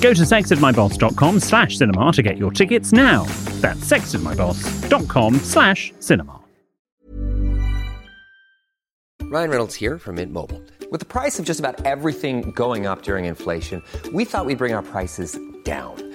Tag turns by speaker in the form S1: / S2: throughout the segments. S1: Go to sexedmyboss.com slash cinema to get your tickets now. That's sexedmyboss.com slash cinema.
S2: Ryan Reynolds here from Mint Mobile. With the price of just about everything going up during inflation, we thought we'd bring our prices down.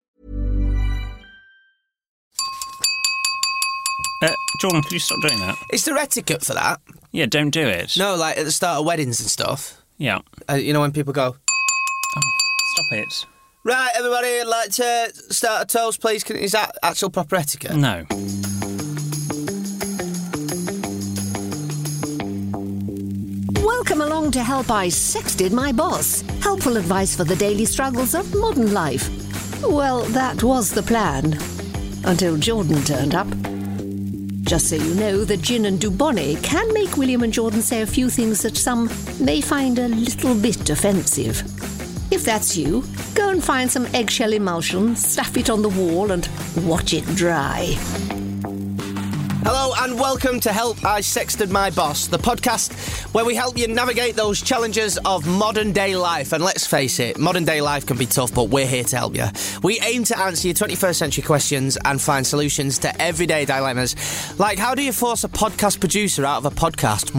S3: Uh, Jordan, could you stop doing that?
S4: Is there etiquette for that?
S3: Yeah, don't do it.
S4: No, like at the start of weddings and stuff.
S3: Yeah.
S4: Uh, you know when people go,
S3: Stop it.
S4: right, everybody, I'd like to start a toast, please. Can, is that actual proper etiquette?
S3: No.
S5: Welcome along to Help I Sexted My Boss. Helpful advice for the daily struggles of modern life. Well, that was the plan. Until Jordan turned up. Just so you know, the gin and Dubonnet can make William and Jordan say a few things that some may find a little bit offensive. If that's you, go and find some eggshell emulsion, stuff it on the wall, and watch it dry.
S4: Hello and welcome to Help I Sexted My Boss, the podcast where we help you navigate those challenges of modern day life. And let's face it, modern day life can be tough, but we're here to help you. We aim to answer your 21st century questions and find solutions to everyday dilemmas. Like, how do you force a podcast producer out of a podcast?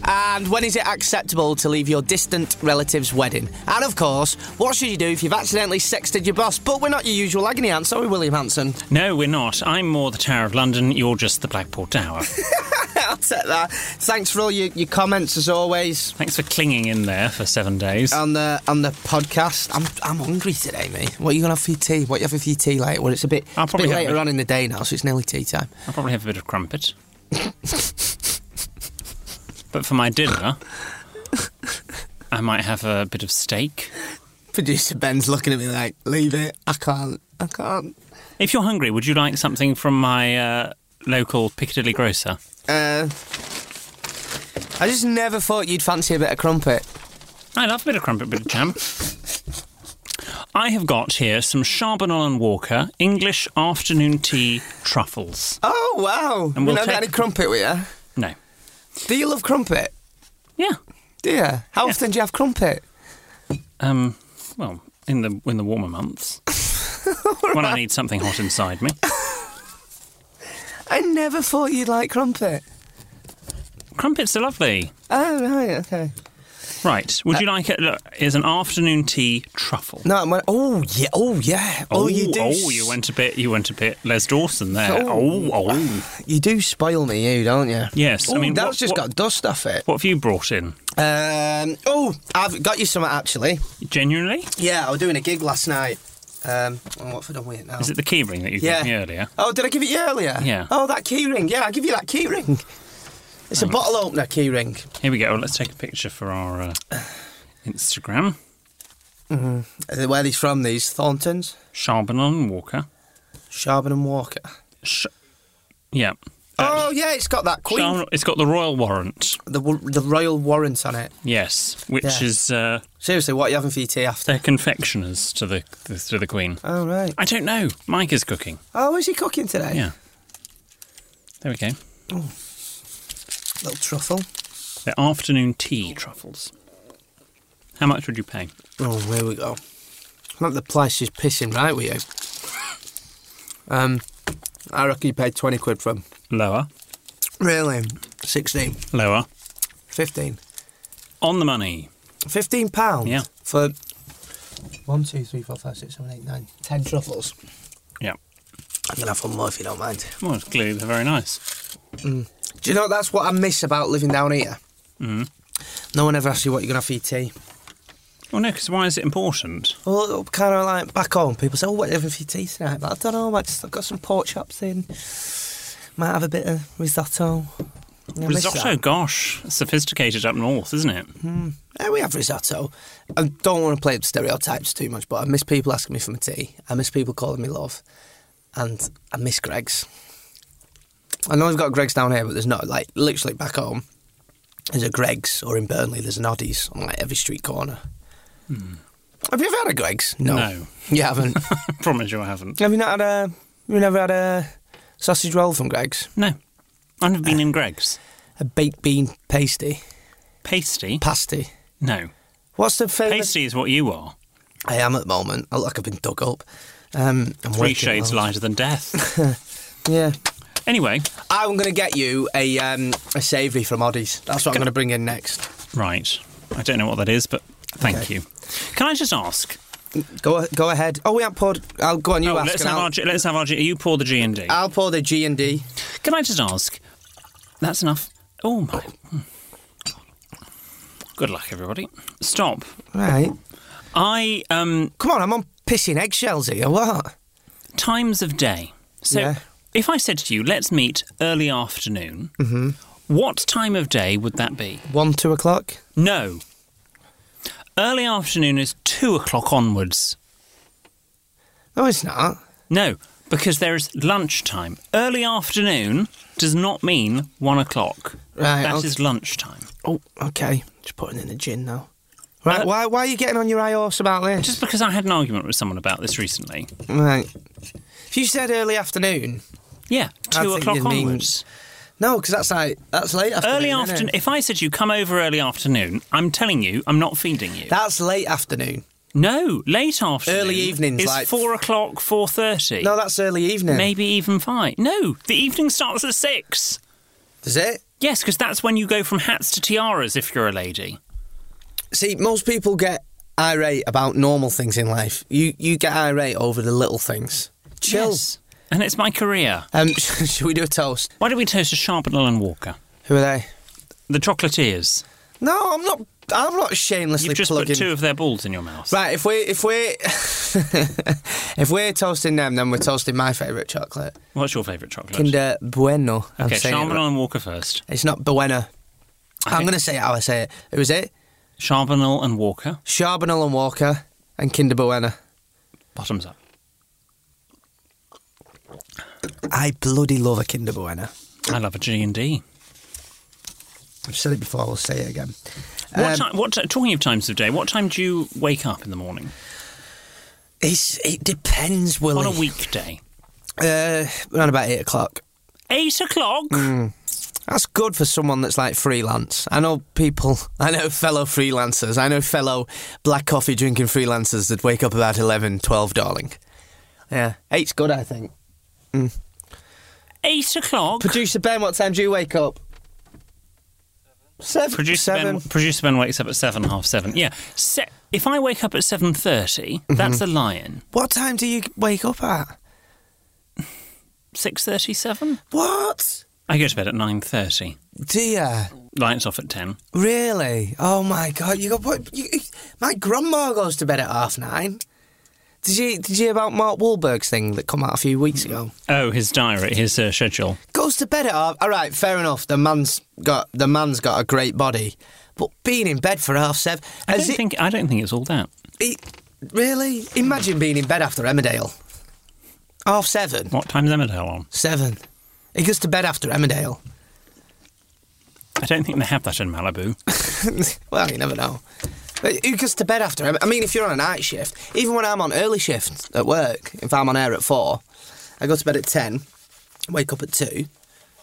S4: and when is it acceptable to leave your distant relative's wedding? And of course, what should you do if you've accidentally sexted your boss? But we're not your usual agony aunt, sorry, William Hanson.
S3: No, we're not. I'm more the Tower of London. You're just the Blackpool Tower.
S4: I'll take that. Thanks for all your, your comments as always
S3: Thanks for clinging in there for seven days.
S4: on the on the podcast. I'm I'm hungry today, mate. What are you gonna have for your tea? What you have for your tea later? Well, it's a bit,
S3: I'll
S4: it's a bit
S3: probably have
S4: later
S3: it.
S4: on in the day now, so it's nearly tea time.
S3: I'll probably have a bit of crumpet. but for my dinner, I might have a bit of steak.
S4: Producer Ben's looking at me like, leave it. I can't. I can't.
S3: If you're hungry, would you like something from my uh, local Piccadilly grocer?
S4: Uh, I just never thought you'd fancy a bit of crumpet.
S3: I love a bit of crumpet, bit of jam. I have got here some Charbonnel and Walker English afternoon tea truffles.
S4: Oh wow!
S3: And we'll
S4: you don't get
S3: take-
S4: any crumpet with you.
S3: No.
S4: Do you love crumpet?
S3: Yeah.
S4: Do you? How often do you have crumpet?
S3: Um. Well, in the in the warmer months, when I need something hot inside me.
S4: I never thought you'd like crumpet.
S3: Crumpets are lovely.
S4: Oh right, okay.
S3: Right. Would you like it? Look, is an afternoon tea truffle.
S4: No, I'm like, oh yeah, oh yeah, oh, you do.
S3: Oh, you went a bit. You went a bit Les Dawson there.
S4: Oh.
S3: Oh, oh.
S4: You do spoil me, you don't you?
S3: Yes, I
S4: Ooh,
S3: mean,
S4: that's
S3: what-
S4: just
S3: what-
S4: got dust off it.
S3: What have you brought in?
S4: Um, oh, I've got you something actually.
S3: Genuinely?
S4: Yeah, I was doing a gig last night. Um, oh, what have I done with it now?
S3: Is it the key ring that you
S4: yeah.
S3: gave me earlier?
S4: Oh, did I give it you earlier?
S3: Yeah.
S4: Oh, that key ring. Yeah, I give you that key ring. It's
S3: Oh.
S4: a bottle opener key ring.
S3: Here we go. Let's take a picture for our uh, Instagram.
S4: Uh, Where these from? These Thorntons,
S3: Charbonnel and Walker.
S4: Charbon and Walker.
S3: Sh- yeah. Uh,
S4: oh yeah, it's got that Queen,
S3: Charbonnel- it's got the royal warrant.
S4: the wo- the royal warrant on it.
S3: Yes, which
S4: Yeah.
S3: is uh,
S4: Seriously, what are you having for your tea after?
S3: they're confectioners to the to the Queen.
S4: Oh right.
S3: I don't know. Mike is cooking.
S4: Oh, is he cooking today?
S3: Yeah. There we go.
S4: Little truffle.
S3: They're afternoon tea truffles. How much would you pay?
S4: Oh, here we go. Not the price is pissing right with you. Um, I reckon you paid 20 quid for 'em.
S3: Lower.
S4: Really? 16,
S3: Lower.
S4: 15.
S3: On the money.
S4: 15 pounds?
S3: Yeah.
S4: For one, two, three, four, five, six, seven, eight, nine, ten truffles.
S3: Yeah.
S4: I'm going to have one more if you don't mind.
S3: Well, it's clearly they're very nice.
S4: Do you know that's what I miss about living down here? Mm. No one ever asks you what you're going to have for your tea.
S3: Well, no, because why is it important?
S4: Well, kind of like back home, people say, "Oh, what are you having for your tea tonight?" But I don't know. I just, I've got some pork chops in. Might have a bit of risotto. I miss
S3: Risotto,
S4: that.
S3: gosh, sophisticated up north, isn't it?
S4: Yeah, we have risotto. I don't want to play up stereotypes too much, but I miss people asking me for my tea. I miss people calling me love, and I miss Greg's. I know we've got Greg's down here, but there's not like literally back home. There's a Greg's, or in Burnley, there's an Oddies on like every street corner. Have you ever had a Greg's? No,
S3: Hmm. No.
S4: you haven't.
S3: I promise you I haven't.
S4: Have you not had a? You never had a sausage roll from Greg's?
S3: No. I've never been in Greg's.
S4: A baked bean pasty,
S3: Pasty?
S4: pasty.
S3: No.
S4: What's the famous?
S3: Pasty is what you are.
S4: I am at the moment. I look like I've been dug up. Um, I'm
S3: Three
S4: working
S3: shades
S4: loads.
S3: lighter than death.
S4: Yeah.
S3: Anyway,
S4: I'm gonna get you a um, a savoury from Oddies. That's what I'm gonna bring in next.
S3: right. I don't know what that is, but thank
S4: Okay.
S3: you. Can I just ask?
S4: Go go ahead. Oh, we haven't poured. I'll go on. You
S3: oh,
S4: ask.
S3: let's
S4: and
S3: have,
S4: I'll,
S3: our, G- let's have our G. You pour the G and D.
S4: I'll pour the G and D.
S3: Can I just ask? That's enough. Oh my. Hmm. Good luck, everybody. Stop.
S4: Right.
S3: I um
S4: Come on. I'm on pissing eggshells here. What?
S3: times of day. So
S4: Yeah.
S3: if I said to you, let's meet early afternoon. What time of day would that be?
S4: One, two o'clock.
S3: No. Early afternoon is two o'clock onwards.
S4: No, it's not.
S3: No, because there is lunchtime. Early afternoon does not mean one o'clock.
S4: Right,
S3: That is
S4: okay.
S3: lunchtime.
S4: Oh, okay. Just putting in the gin now. Right. why why are you getting on your eye horse about this?
S3: Uh, Just because I had an argument with someone about this recently.
S4: Right. If you said early afternoon,
S3: Yeah,
S4: I
S3: two
S4: think
S3: o'clock
S4: you mean-
S3: onwards.
S4: no, because that's like that's late afternoon.
S3: Early
S4: isn't it?
S3: afternoon. If I said to you come over early afternoon, I'm telling you, I'm not feeding you.
S4: That's late afternoon.
S3: no, late afternoon.
S4: Early evenings,
S3: is
S4: like-
S3: four o'clock, four thirty.
S4: No, that's early evening.
S3: maybe even five. No, the evening starts at six.
S4: Is it?
S3: Yes, because that's when you go from hats to tiaras if you're a lady.
S4: See, most people get irate about normal things in life. You you get irate over the little things. Chill.
S3: Yes. And it's my career.
S4: Um, should we do a toast?
S3: Why don't we toast to Sharpenel and Walker?
S4: Who are they?
S3: The chocolatiers.
S4: No, I'm not. I'm not shamelessly
S3: You've just
S4: plugging.
S3: put two of their balls in your mouth.
S4: Right, if we if we if we're toasting them, then we're toasting my favourite chocolate,
S3: What's your favourite chocolate?
S4: Kinder Bueno. I'm
S3: okay,
S4: saying it
S3: Charbonnel
S4: right.
S3: and Walker first.
S4: It's not Bueno. I'm
S3: Okay.
S4: going to say it how I say it. Who is it?
S3: Charbonnel and Walker.
S4: Charbonnel and Walker and Kinder Bueno.
S3: Bottoms up.
S4: I bloody love a Kinder Bueno.
S3: I love a G and D.
S4: I've said it before. I'll say it again.
S3: What
S4: Um,
S3: time? What ti- talking of times of day? What time do you wake up in the morning
S4: It's, it depends, Willie.
S3: on a weekday?
S4: Uh, around about eight o'clock.
S3: Eight o'clock.
S4: That's good for someone that's like freelance. I know people, I know fellow freelancers, I know fellow black coffee drinking freelancers that wake up about 11, 12, darling. Yeah, eight's good, I think.
S3: Eight o'clock.
S4: Producer Ben, what time do you wake up? Seven.
S3: Producer
S4: Seven.
S3: ben, Producer Ben wakes up at seven, half seven. Yeah. Se- if I wake up at seven
S4: Mm-hmm.
S3: that's a lion.
S4: What time do you wake up at?
S3: Six thirty-seven.
S4: What?
S3: I go to bed at nine thirty.
S4: Dear.
S3: Lights off at ten.
S4: Really? Oh my god! You got what? You, my grandma goes to bed at half nine. Did you did you hear about Mark Wahlberg's thing that come out a few weeks ago?
S3: Oh, his diary, his uh, schedule.
S4: Goes to bed at half. All right, fair enough. The man's got the man's got a great body, but being in bed for half seven.
S3: I
S4: has
S3: don't
S4: it-
S3: think I don't think it's all that.
S4: he- really? Imagine being in bed after Emmerdale. Half seven.
S3: What time's Emmerdale on?
S4: Seven. He goes to bed after Emmerdale.
S3: I don't think they have that in Malibu.
S4: well, you never know. But Who goes to bed after? him? I mean, if you're on a night shift, even when I'm on early shift at work, if I'm on air at four, I go to bed at ten, wake up at two,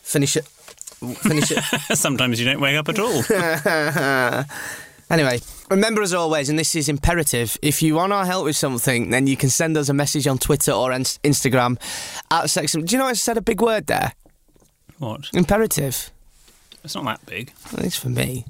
S4: Finish it. Finish it.
S3: Sometimes you don't wake up at all.
S4: Anyway, remember as always, and this is imperative, if you want our help with something, then you can send us a message on Twitter or in- Instagram at Sex. Do you know I said a big word there?
S3: what?
S4: Imperative.
S3: It's not that big.
S4: At least for me.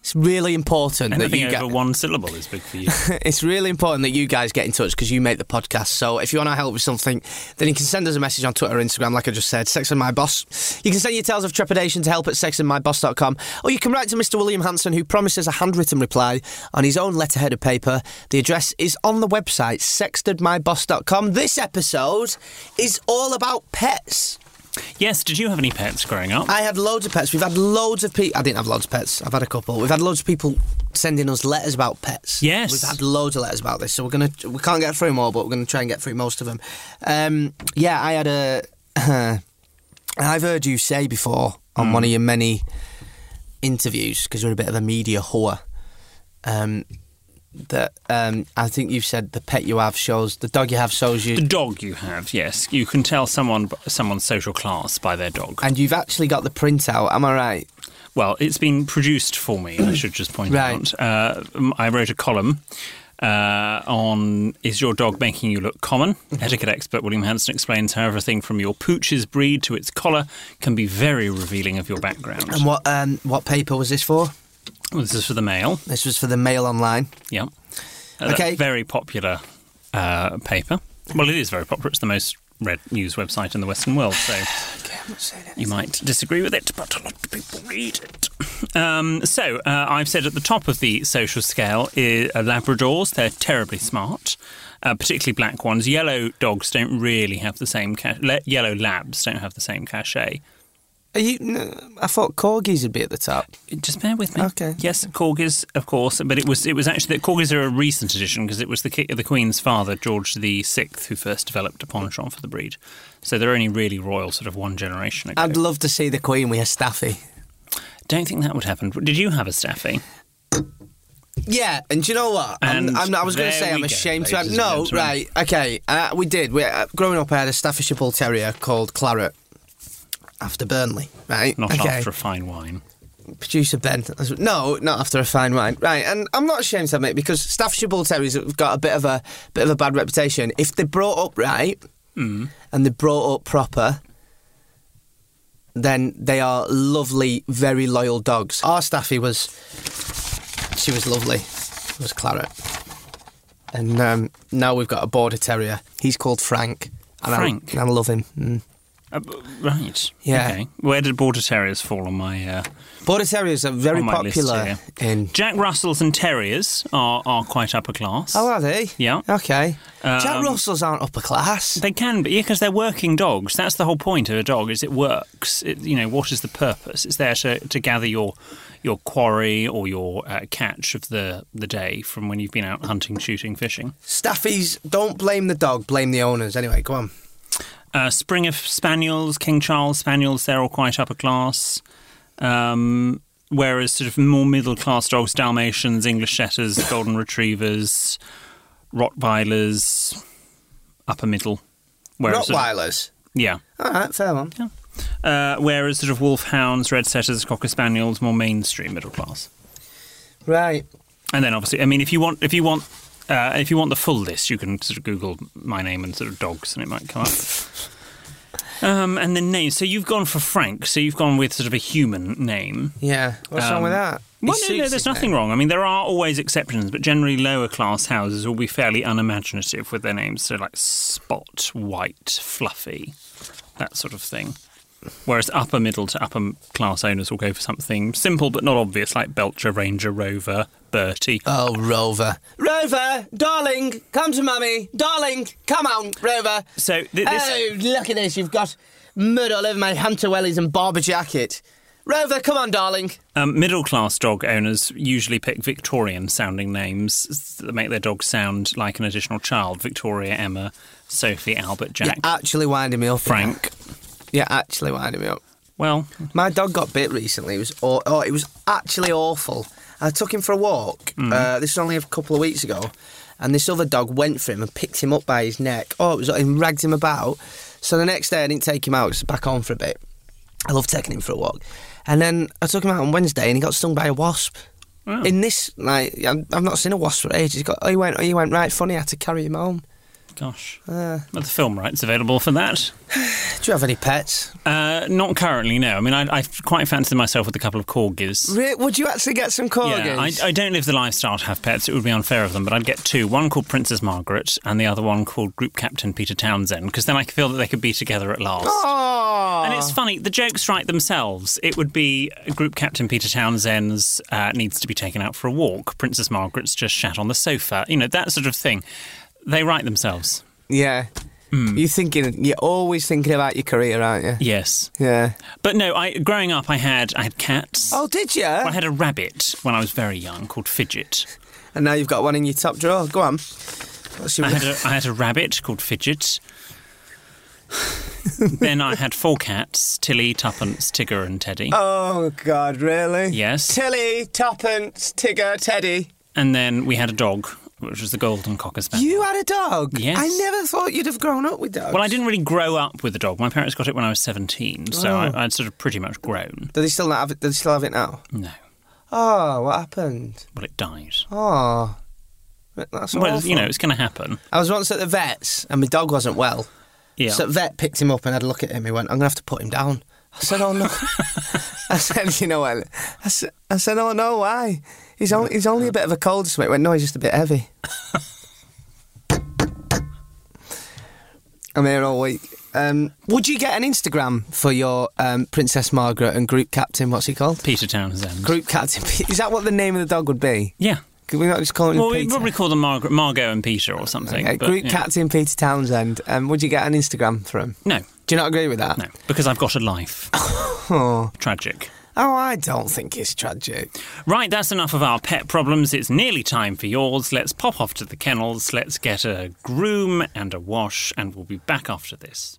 S4: It's really important that
S3: Anything
S4: you
S3: over
S4: get.
S3: one syllable is big for you.
S4: It's really important that you guys get in touch because you make the podcast. So if you want to help with something, then you can send us a message on Twitter or Instagram, like I just said, Sex and My Boss. You can send your tales of trepidation to help at sexandmyboss.com, or you can write to Mr. William Hanson, who promises a handwritten reply on his own letterhead of paper. The address is on the website, sextedmyboss.com. This episode is all about pets.
S3: yes, did you have any pets growing up?
S4: I had loads of pets. We've had loads of people. I didn't have loads of pets. I've had a couple. We've had loads of people sending us letters about pets.
S3: Yes.
S4: we've had loads of letters about this. So we're gonna we can't get through them all, but we're gonna try and get through most of them. Um, yeah, I had a. have heard you say before on
S3: Hmm.
S4: one of your many interviews because you're a bit of a media whore. Um, that um, I think you've said the pet you have shows the dog you have shows you.
S3: the dog you have, yes. You can tell someone someone's social class by their dog.
S4: and you've actually got the printout, am I right?
S3: Well, it's been produced for me, I should just point
S4: Right.
S3: out. Uh, m- I wrote a column uh, on Is Your Dog Making You Look Common?
S4: Mm-hmm.
S3: Etiquette expert William Hanson explains how everything from your pooch's breed to its collar can be very revealing of your background.
S4: And what um, what paper was this for?
S3: this is for the Mail.
S4: This was for the Mail Online.
S3: Yeah. Uh, that's
S4: Okay.
S3: Very popular uh, paper. Well, it is very popular. It's the most read news website in the Western world, so you might disagree with it, but a lot of people read it. Um, so uh, I've said at the top of the social scale i- are Labradors. They're terribly smart. Uh, particularly black ones. Yellow dogs don't really have the same. Ca- le- yellow labs don't have the same cachet.
S4: Are you? n- I thought corgis would be at the top.
S3: Just bear with me.
S4: Okay.
S3: Yes, corgis, of course, but it was it was actually the corgis are a recent addition because it was the ki- the Queen's father George the Sixth who first developed a
S4: Mm.
S3: penchant for the breed. So they're only really royal, sort of one generation ago.
S4: I'd love to see the Queen with a staffy.
S3: Don't think that would happen. Did you have a staffy?
S4: Yeah, and do you know what? I'm-
S3: And
S4: I'm- i was going to
S3: there
S4: say
S3: we
S4: I'm
S3: go,
S4: ashamed to have.
S3: ladies and
S4: No,
S3: gentlemen.
S4: right? Okay, uh, we did. We, uh, growing up, I had a Staffordshire Bull Terrier called Claret. After Burnley, right?
S3: Not
S4: okay.
S3: after a fine wine.
S4: producer Ben. as- No, not after a fine wine, right? And I'm not ashamed to admit because Staffordshire Bull Terriers have got a bit of a bit of a bad reputation. If they're brought up right
S3: Hmm.
S4: and they're brought up proper, then they are lovely, very loyal dogs. Our Staffy was, she was lovely, It was Claret, and um, now we've got a Border Terrier. He's called Frank. And
S3: Frank?
S4: I, and I love him. Mm.
S3: Uh, b- right.
S4: Yeah.
S3: Okay. Where did border terriers fall on my? Uh,
S4: Border Terriers are very
S3: On my list
S4: popular
S3: here.
S4: in.
S3: Jack Russells and terriers are are quite upper class.
S4: Oh, are they?
S3: Yeah.
S4: Okay. Jack
S3: Um,
S4: Russells aren't upper class.
S3: They can be, yeah, because they're working dogs. That's the whole point of a dog is it works. It, you know, what is the purpose? It's there to, to gather your your quarry or your uh, catch of the, the day from when you've been out hunting, shooting, fishing.
S4: Staffies, don't blame the dog, blame the owners. Anyway, go on.
S3: Uh, Springer Spaniels, King Charles Spaniels, they're all quite upper class. Um, whereas sort of more middle class dogs, Dalmatians, English Shettas, Golden Retrievers, Rottweilers, upper middle. Whereas sort of-
S4: Rottweilers.
S3: yeah.
S4: All right, fair one.
S3: Uh, whereas sort of wolfhounds, red setters, cocker spaniels, more mainstream middle class.
S4: Right.
S3: And then obviously, I mean, if you want, if you want, uh, if you want the full list, you can sort of Google my name and sort of dogs, and it might come up. Um, and then names. So you've gone for Frank. So you've gone with sort of a human name.
S4: Yeah. What's wrong with that?
S3: Um, Well,
S4: It
S3: no, no,
S4: suits
S3: there's
S4: him,
S3: nothing
S4: mate.
S3: wrong. I mean, there are always exceptions, but generally lower class houses will be fairly unimaginative with their names. So, like Spot, White, Fluffy, that sort of thing. Whereas upper middle to upper m- class owners will go for something simple but not obvious, like Belcher, Ranger, Rover, Bertie.
S4: Oh, Rover. Rover, darling, come to mummy. Darling, come on, Rover.
S3: So th- this-
S4: Oh, look at this. You've got mud all over my Hunter Wellies and barber jacket. Rover, come on, darling.
S3: Um, middle class dog owners usually pick Victorian sounding names that make their dog sound like an additional child Victoria, Emma, Sophie, Albert, Jack,
S4: You're actually winding me up.
S3: Frank.
S4: You're actually winding me up.
S3: Well,
S4: My dog got bit recently. It was aw- oh, it was actually awful. I took him for a walk.
S3: Mm-hmm.
S4: Uh, this was only a couple of weeks ago, and this other dog went for him and picked him up by his neck. Oh, it was and ragged him about. So the next day, I didn't take him out. It was back on for a bit. I love taking him for a walk. And then I took him out on Wednesday, and he got stung by a wasp.
S3: Oh.
S4: In this, like, I'm- I've not seen a wasp for ages. He got, oh, he went, oh, he went right funny. I had to carry him home.
S3: Gosh.
S4: Uh.
S3: Are the film rights available for that?
S4: Do you have any pets?
S3: Uh, not currently, no. I mean, I, I quite fancy myself with a couple of corgis.
S4: Re- Would you actually get some corgis?
S3: Yeah, I, I don't live the lifestyle to have pets. It would be unfair of them, but I'd get two. One called Princess Margaret, and the other one called Group Captain Peter Townsend, because then I could feel that they could be together at last.
S4: Aw.
S3: And it's funny, the jokes write themselves. It would be Group Captain Peter Townsend's uh, needs to be taken out for a walk. Princess Margaret's just shat on the sofa. You know, that sort of thing. They write themselves.
S4: Yeah.
S3: Hmm.
S4: You're thinking. You're always thinking about your career, aren't you?
S3: Yes.
S4: Yeah.
S3: But no, I growing up, I had I had cats.
S4: Oh, did you?
S3: I had a rabbit when I was very young called Fidget.
S4: And now you've got one in your top drawer. Go on. What's your
S3: I had a, I had a rabbit called Fidget. then I had four cats Tilly, Tuppence, Tigger, and Teddy.
S4: Oh God, really?
S3: Yes.
S4: Tilly, Tuppence, Tigger, Teddy.
S3: And then we had a dog, which was the Golden Cocker Spaniel.
S4: You had a dog.
S3: Uh-huh. Yes.
S4: I never thought you'd have grown up with dogs.
S3: Well, I didn't really grow up with a dog. My parents got it when I was 17, so
S4: Oh.
S3: I, I'd sort of pretty much grown.
S4: Do they still not have it? Do they still have it now?
S3: No.
S4: Oh, what happened?
S3: Well, it died.
S4: Oh, that's
S3: well,
S4: awful.
S3: you know, it's going to happen.
S4: I was once at the vet's and my dog wasn't well.
S3: Yeah.
S4: So the vet picked him up and had a look at him. He went, "I'm gonna have to put him down." I said, "Oh no." I said, "You know what?" I said, I said "Oh no, why?" He's only he's only a bit of a cold sweat. He went, "No, he's just a bit heavy." I'm here all week. Um, would you get an Instagram for your um, Princess Margaret and group captain? What's he called?
S3: Peter Townsend.
S4: Group captain. Is that what the name of the dog would be?
S3: yeah.
S4: Could we not just call him
S3: Well,
S4: Peter?
S3: we'd probably call them Margaret, Margot and Peter or something.
S4: Okay,
S3: but,
S4: group
S3: yeah.
S4: captain Peter Townsend. Um, would you get an Instagram for him?
S3: No,
S4: Do you not agree with that?
S3: no, because I've got a life. Tragic.
S4: Oh, I don't think it's tragic.
S3: Right, that's enough of our pet problems. It's nearly time for yours. Let's pop off to the kennels. Let's get a groom and a wash, and we'll be back after this.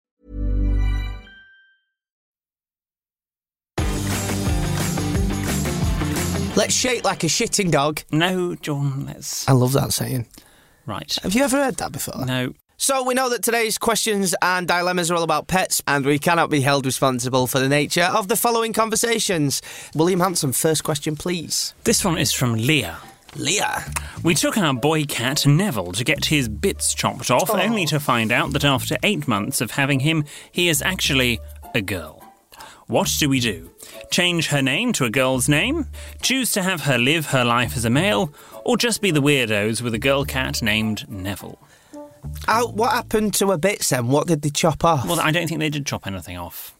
S4: Let's shake like a shitting dog.
S3: No, John, let's.
S4: I love that saying.
S3: Right.
S4: Have you ever heard that before?
S3: No.
S4: So we know that today's questions and dilemmas are all about pets, and we cannot be held responsible for the nature of the following conversations. William Hanson, first question, please.
S3: This one is from Leah.
S4: Leah.
S3: We took our boy cat Neville to get his bits chopped off, only to find out that after eight months of having him, he is actually a girl. What do we do? Change her name to a girl's name? Choose to have her live her life as a male? Or just be the weirdos with a girl cat named Neville?
S4: How, what happened to her bits then? What did they chop off?
S3: Well, I don't think they did chop anything off.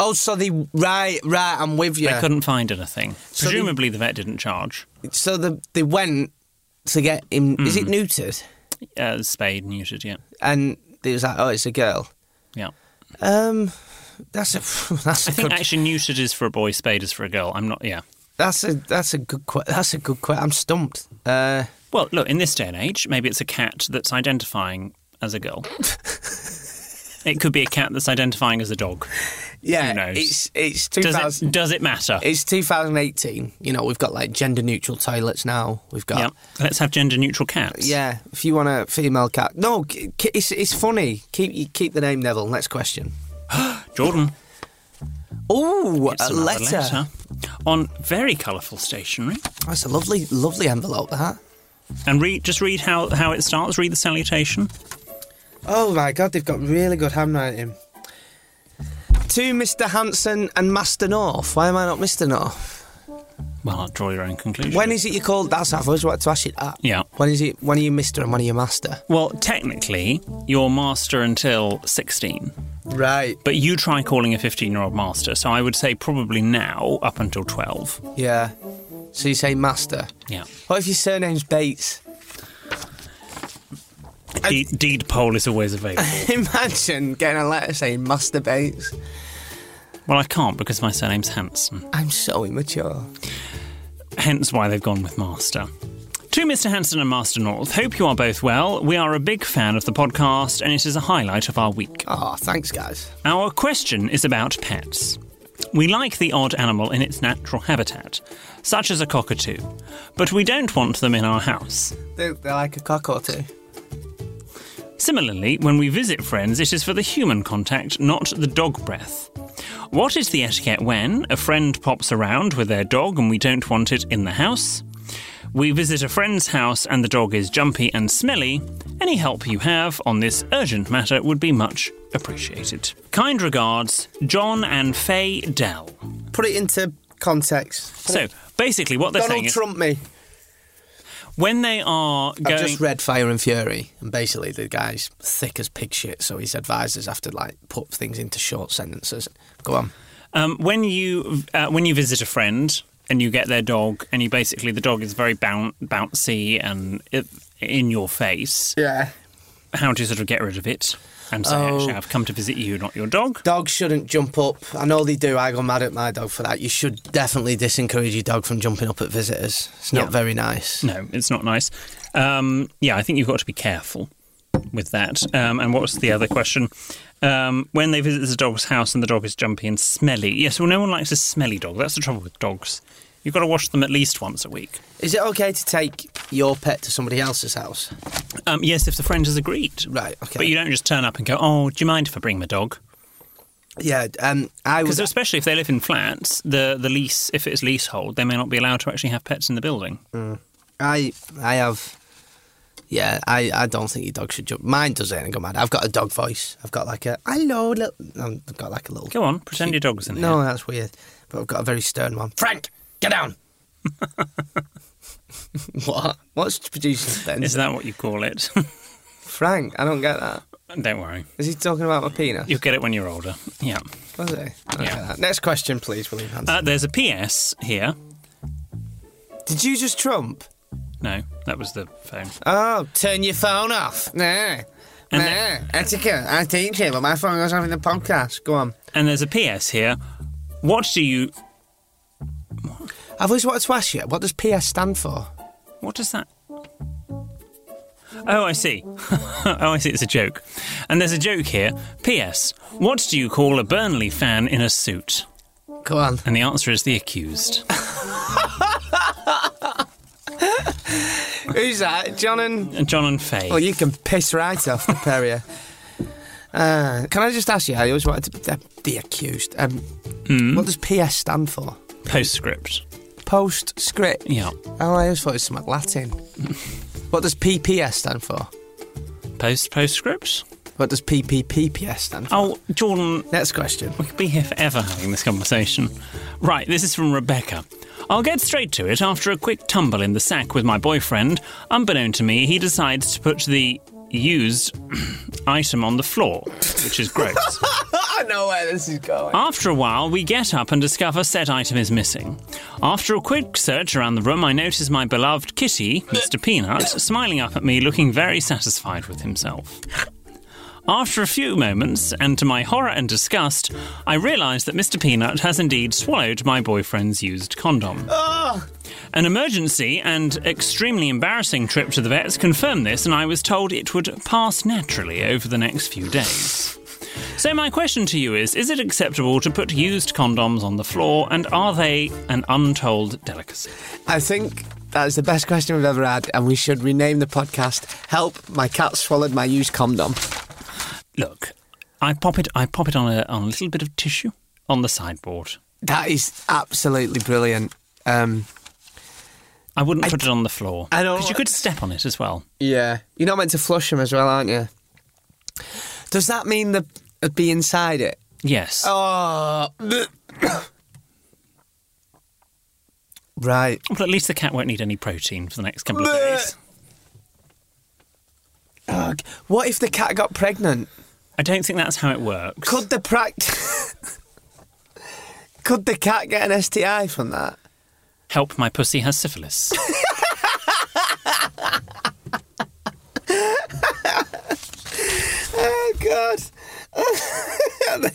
S4: oh, so they. Right, right, I'm with you.
S3: They couldn't find anything.
S4: So they-
S3: Presumably, the vet didn't charge.
S4: So the, they went to get him. Is it neutered?
S3: Uh, spayed, neutered, yeah.
S4: And they was like, oh, it's a girl.
S3: Yeah.
S4: Um, That's a that's a
S3: I think
S4: good,
S3: actually neutered is for a boy, spade is for a girl. I'm not. Yeah.
S4: that's a that's a good que- that's a good question. I'm stumped. Uh,
S3: Well, look, in this day and age, maybe it's a cat that's identifying as a girl. it could be a cat that's identifying as a dog.
S4: yeah,
S3: Who knows?
S4: it's it's
S3: Does
S4: 2000.
S3: it, does it matter?
S4: It's 2018. You know, we've got like gender neutral toilets now. We've got
S3: yeah. Let's have gender neutral cats.
S4: Yeah, if you want a female cat, no, k- k- it's it's funny. Keep you keep the name Neville. Next question.
S3: Jordan.
S4: Oh,
S3: it's
S4: a
S3: another
S4: letter.
S3: letter. On very colourful stationery.
S4: That's a lovely, lovely envelope. That.
S3: And read, just read how, how it starts. Read the salutation.
S4: Oh my god, they've got really good handwriting. To Mr. Hanson and Master North. Why am I not Mr. North?
S3: Well, draw your own conclusion.
S4: When is it you call? That's I've always wanted to ask you that.
S3: Yeah.
S4: When is it? When are you Mr. and when are you Master?
S3: Well, technically, you're master until 16.
S4: Right.
S3: But you try calling a 15 year old master. So I would say probably now up until 12.
S4: Yeah. So you say Master.
S3: Yeah.
S4: What if your surname's Bates?
S3: De- deed poll is always available.
S4: Imagine getting a letter saying Master Bates.
S3: well, I can't because my surname's Hanson.
S4: I'm so immature.
S3: hence why they've gone with Master. To Mr. Hanson and Master North, hope you are both well. We are a big fan of the podcast and it is a highlight of our week.
S4: Oh, thanks, guys.
S3: Our question is about pets. We like the odd animal in its natural habitat, such as a cockatoo, but we don't want them in our house.
S4: They're, they're like a cock or two.
S3: Similarly, when we visit friends, it is for the human contact, not the dog breath. What is the etiquette when a friend pops around with their dog and we don't want it in the house? We visit a friend's house and the dog is jumpy and smelly. Any help you have on this urgent matter would be much appreciated. Kind regards, John and Faye Dell.
S4: Put it into context.
S3: So, basically, what they're saying
S4: Donald
S3: is
S4: Trump me.
S3: when they are
S4: I've
S3: going.
S4: just read Fire and Fury, and basically the guy's thick as pig shit, so his advisors have to like put things into short sentences. Go on.
S3: Um, when you uh, when you visit a friend and you get their dog, and you basically the dog is very boun- bouncy and i in your face.
S4: Yeah.
S3: How do you sort of get rid of it and say, "Actually, I've come to visit you, not your dog"?
S4: Dogs shouldn't jump up. I know they do. I go mad at my dog for that. You should definitely disencourage your dog from jumping up at visitors. It's not
S3: Yeah.
S4: very nice.
S3: No, it's not nice. Um, yeah, I think you've got to be careful with that. Um, and what was the other question? Um, when they visit the dog's house and the dog is jumpy and smelly. Yes, well, no one likes a smelly dog. That's the trouble with dogs. You've got to wash them at least once a week.
S4: Is it okay to take your pet to somebody else's house?
S3: Um, yes, if the friend has agreed.
S4: Right, okay.
S3: But you don't just turn up and go, oh, do you mind if I bring my dog?
S4: Yeah, um, I
S3: Because
S4: was.
S3: especially if they live in flats, the, the lease, if it's leasehold, they may not be allowed to actually have pets in the building.
S4: I I have. Yeah, I, I don't think your dog should jump. Mine does it and I go mad. I've got a dog voice. I've got like a hello. Little, I've got like a little.
S3: Go on, pretend your dog's in
S4: No,
S3: here.
S4: that's weird. But I've got a very stern one. Frank, get down. what? What's producing Ben?
S3: Is that what you call it?
S4: Frank? I don't get that.
S3: don't worry.
S4: Is he talking about my penis?
S3: You'll get it when you're older. Yeah.
S4: Was he? I don't
S3: Yeah.
S4: get that. Next question, please, William Hanson.
S3: Uh, there's a PS here.
S4: Did you just Trump?
S3: No, that was the phone.
S4: Oh, turn your phone off. Nah. Nah.
S3: And
S4: Etiquette. I teach it, but my phone goes off in the podcast. Go on.
S3: And there's a PS here. What do you.
S4: I've always wanted to ask you, what does PS stand for?
S3: What does that. Oh, I see. oh, I see. It's a joke. And there's a joke here. PS. What do you call a Burnley fan in a suit?
S4: Go on.
S3: And the answer is the accused.
S4: Who's that? John and.
S3: John and Faye.
S4: Well, Oh, you can piss right off the Perrier. Uh, can I just ask you? I always wanted to. Uh, the accused. Um, What does PS stand for?
S3: Postscript.
S4: Postscript.
S3: Yeah.
S4: Oh, I always thought it was something Latin. what does PPS stand for?
S3: Post postscript.
S4: What does PPPPS stand for?
S3: Oh, Jordan,
S4: Next question.
S3: we could be here forever having this conversation. Right, this is from Rebecca. I'll get straight to it after a quick tumble in the sack with my boyfriend. Unbeknown to me, he decides to put the used item on the floor, which is gross.
S4: I know where this is going.
S3: After a while, we get up and discover said item is missing. After a quick search around the room, I notice my beloved kitty, Mr. Peanut, smiling up at me, looking very satisfied with himself. After a few moments, and to my horror and disgust, I realise that Mr. Peanut has indeed swallowed my boyfriend's used condom. An emergency and extremely embarrassing trip to the vets confirmed this, and I was told it would pass naturally over the next few days. So, my question to you is Is it acceptable to put used condoms on the floor, and are they an untold delicacy?
S4: I think that's the best question we've ever had, and we should rename the podcast Help My Cat Swallowed My Used Condom.
S3: Look, I pop it, I pop it on, a, on a little bit of tissue on the sideboard.
S4: That is absolutely brilliant. Um,
S3: I wouldn't put it on the floor.
S4: I don't-
S3: Because you could step on it as well.
S4: yeah. You're not meant to flush them as well, aren't you? Does that mean the it'd be inside it?
S3: Yes.
S4: Oh. right.
S3: Well, at least the cat won't need any protein for the next couple of days.
S4: Ugh. What if the cat got pregnant?
S3: I don't think that's how it works.
S4: Could the pra- Could the cat get an STI from that?
S3: Help my pussy has syphilis.
S4: Oh God.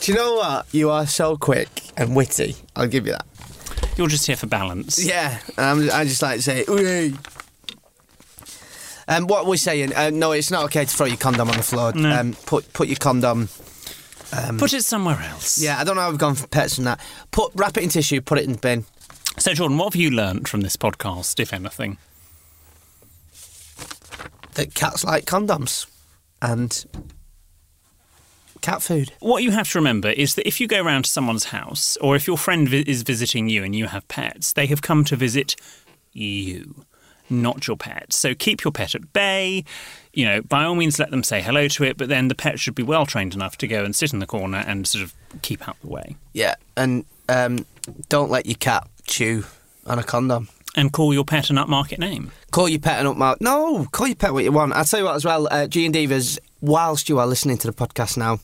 S4: Do you know what? You are so quick and witty. I'll give you that.
S3: You're just here for balance.
S4: Yeah, and I'm, I just like to say, "Ooh." um, what we're saying? Uh, no, it's not okay to throw your condom on the floor.
S3: No.
S4: Um, put put your condom.
S3: Put it somewhere else.
S4: Yeah, I don't know how we've gone for pets and that. Put wrap it in tissue. Put it in the bin.
S3: So, Jordan, what have you learnt from this podcast, if anything?
S4: That cats like condoms, and cat food.
S3: What you have to remember is that if you go round to someone's house, or if your friend vi- is visiting you and you have pets, they have come to visit you, not your pet. So keep your pet at bay. You know, by all means, let them say hello to it, but then the pet should be well trained enough to go and sit in the corner and sort of keep out the way.
S4: Yeah, and um, don't let your cat chew on a condom.
S3: And call your pet an upmarket name.
S4: Call your pet an upmarket. No, call your pet what you want. I'll tell you what as well, uh, G and Divas, whilst you are listening to the podcast now,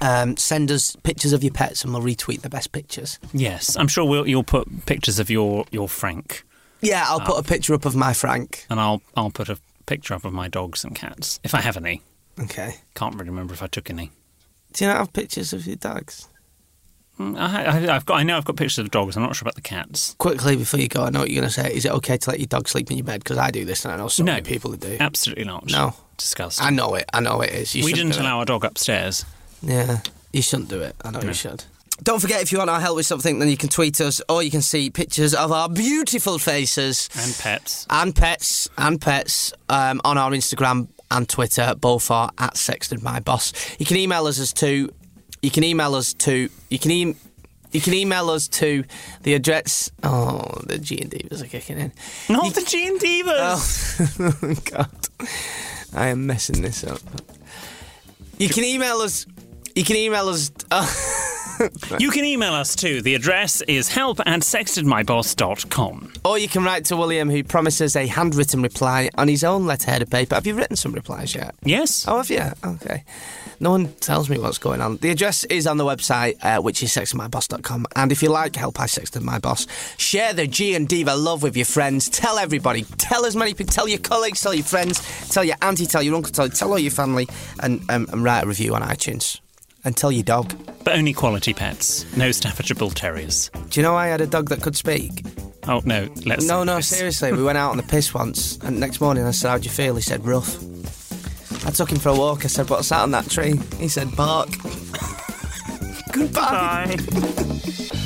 S4: um, send us pictures of your pets and we'll retweet the best pictures.
S3: Yes, I'm sure we'll, you'll put pictures of your, your Frank,
S4: Yeah, I'll put a picture up of my Frank.
S3: and I'll I'll put a picture up of my dogs and cats if I have any.
S4: Okay.
S3: Can't really remember if I took any.
S4: Do you not have pictures of your dogs?
S3: Mm, I, I, I've got. I know I've got pictures of dogs. I'm not sure about the cats.
S4: Quickly before you go, I know what you're going to say. Is it okay to let your dog sleep in your bed? Because I do this and I know so
S3: No.
S4: many people that do.
S3: Absolutely not.
S4: No.
S3: Disgusting.
S4: I know it. I know it is. You
S3: we
S4: shouldn't
S3: didn't
S4: do it.
S3: allow our dog upstairs.
S4: Yeah, you shouldn't do it. I know you should. Don't forget, if you want our help with something, then you can tweet us or you can see pictures of our beautiful faces
S3: And pets.
S4: and pets and pets um, on our Instagram and Twitter, both are at Sexton My Boss. You can email us as to, you can email us to, you can e- you can email us to the address. Oh, the G and Divas are kicking in.
S3: Not the G and Divas.
S4: Oh, God. I am messing this up. You can email us. You can email us.
S3: You can email us too. The address is help at sextedmyboss.com.
S4: Or you can write to William, who promises a handwritten reply on his own letterhead of paper. Have you written some replies yet?
S3: Yes.
S4: Oh, have you? Okay. No one tells me what's going on. The address is on the website, uh, which is sextmyboss.com. And if you like Help I Sexted My Boss, share the G and Diva love with your friends. Tell everybody. Tell as many people. Tell your colleagues. Tell your friends. Tell your auntie. Tell your uncle. Tell, tell all your family. And, um, and write a review on iTunes. And tell your dog.
S3: But only quality pets. No Staffordshire Bull Terriers.
S4: Do you know I had a dog that could speak?
S3: Oh no. Let's.
S4: No, no, seriously. We went out on the piss once, and next morning I said, How do you feel? He said, Rough. I took him for a walk. I said, What's that on that tree? He said, Bark. Goodbye.
S3: Bye.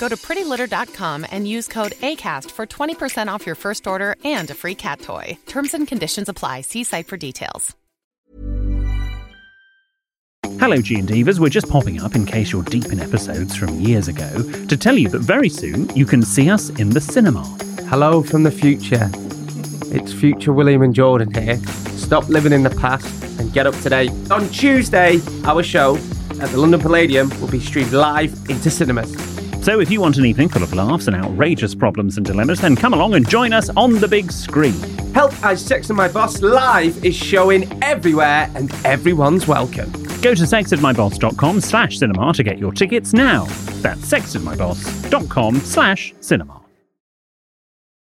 S6: Go to prettylitter.com and use code ACAST for 20% off your first order and a free cat toy. Terms and conditions apply. See site for details.
S3: Hello, G and Divas. We're just popping up in case you're deep in episodes from years ago to tell you that very soon you can see us in the cinema.
S7: Hello from the future. It's future William and Jordan here. Stop living in the past and get up today. On Tuesday, our show at the London Palladium will be streamed live into cinemas.
S3: So if you want an evening full of laughs and outrageous problems and dilemmas, then come along and join us on the big screen.
S7: Help I Sex and My Boss Live is showing everywhere and everyone's welcome.
S3: Go to sexedmyboss.com slash cinema to get your tickets now. That's sexedmyboss.com slash cinema.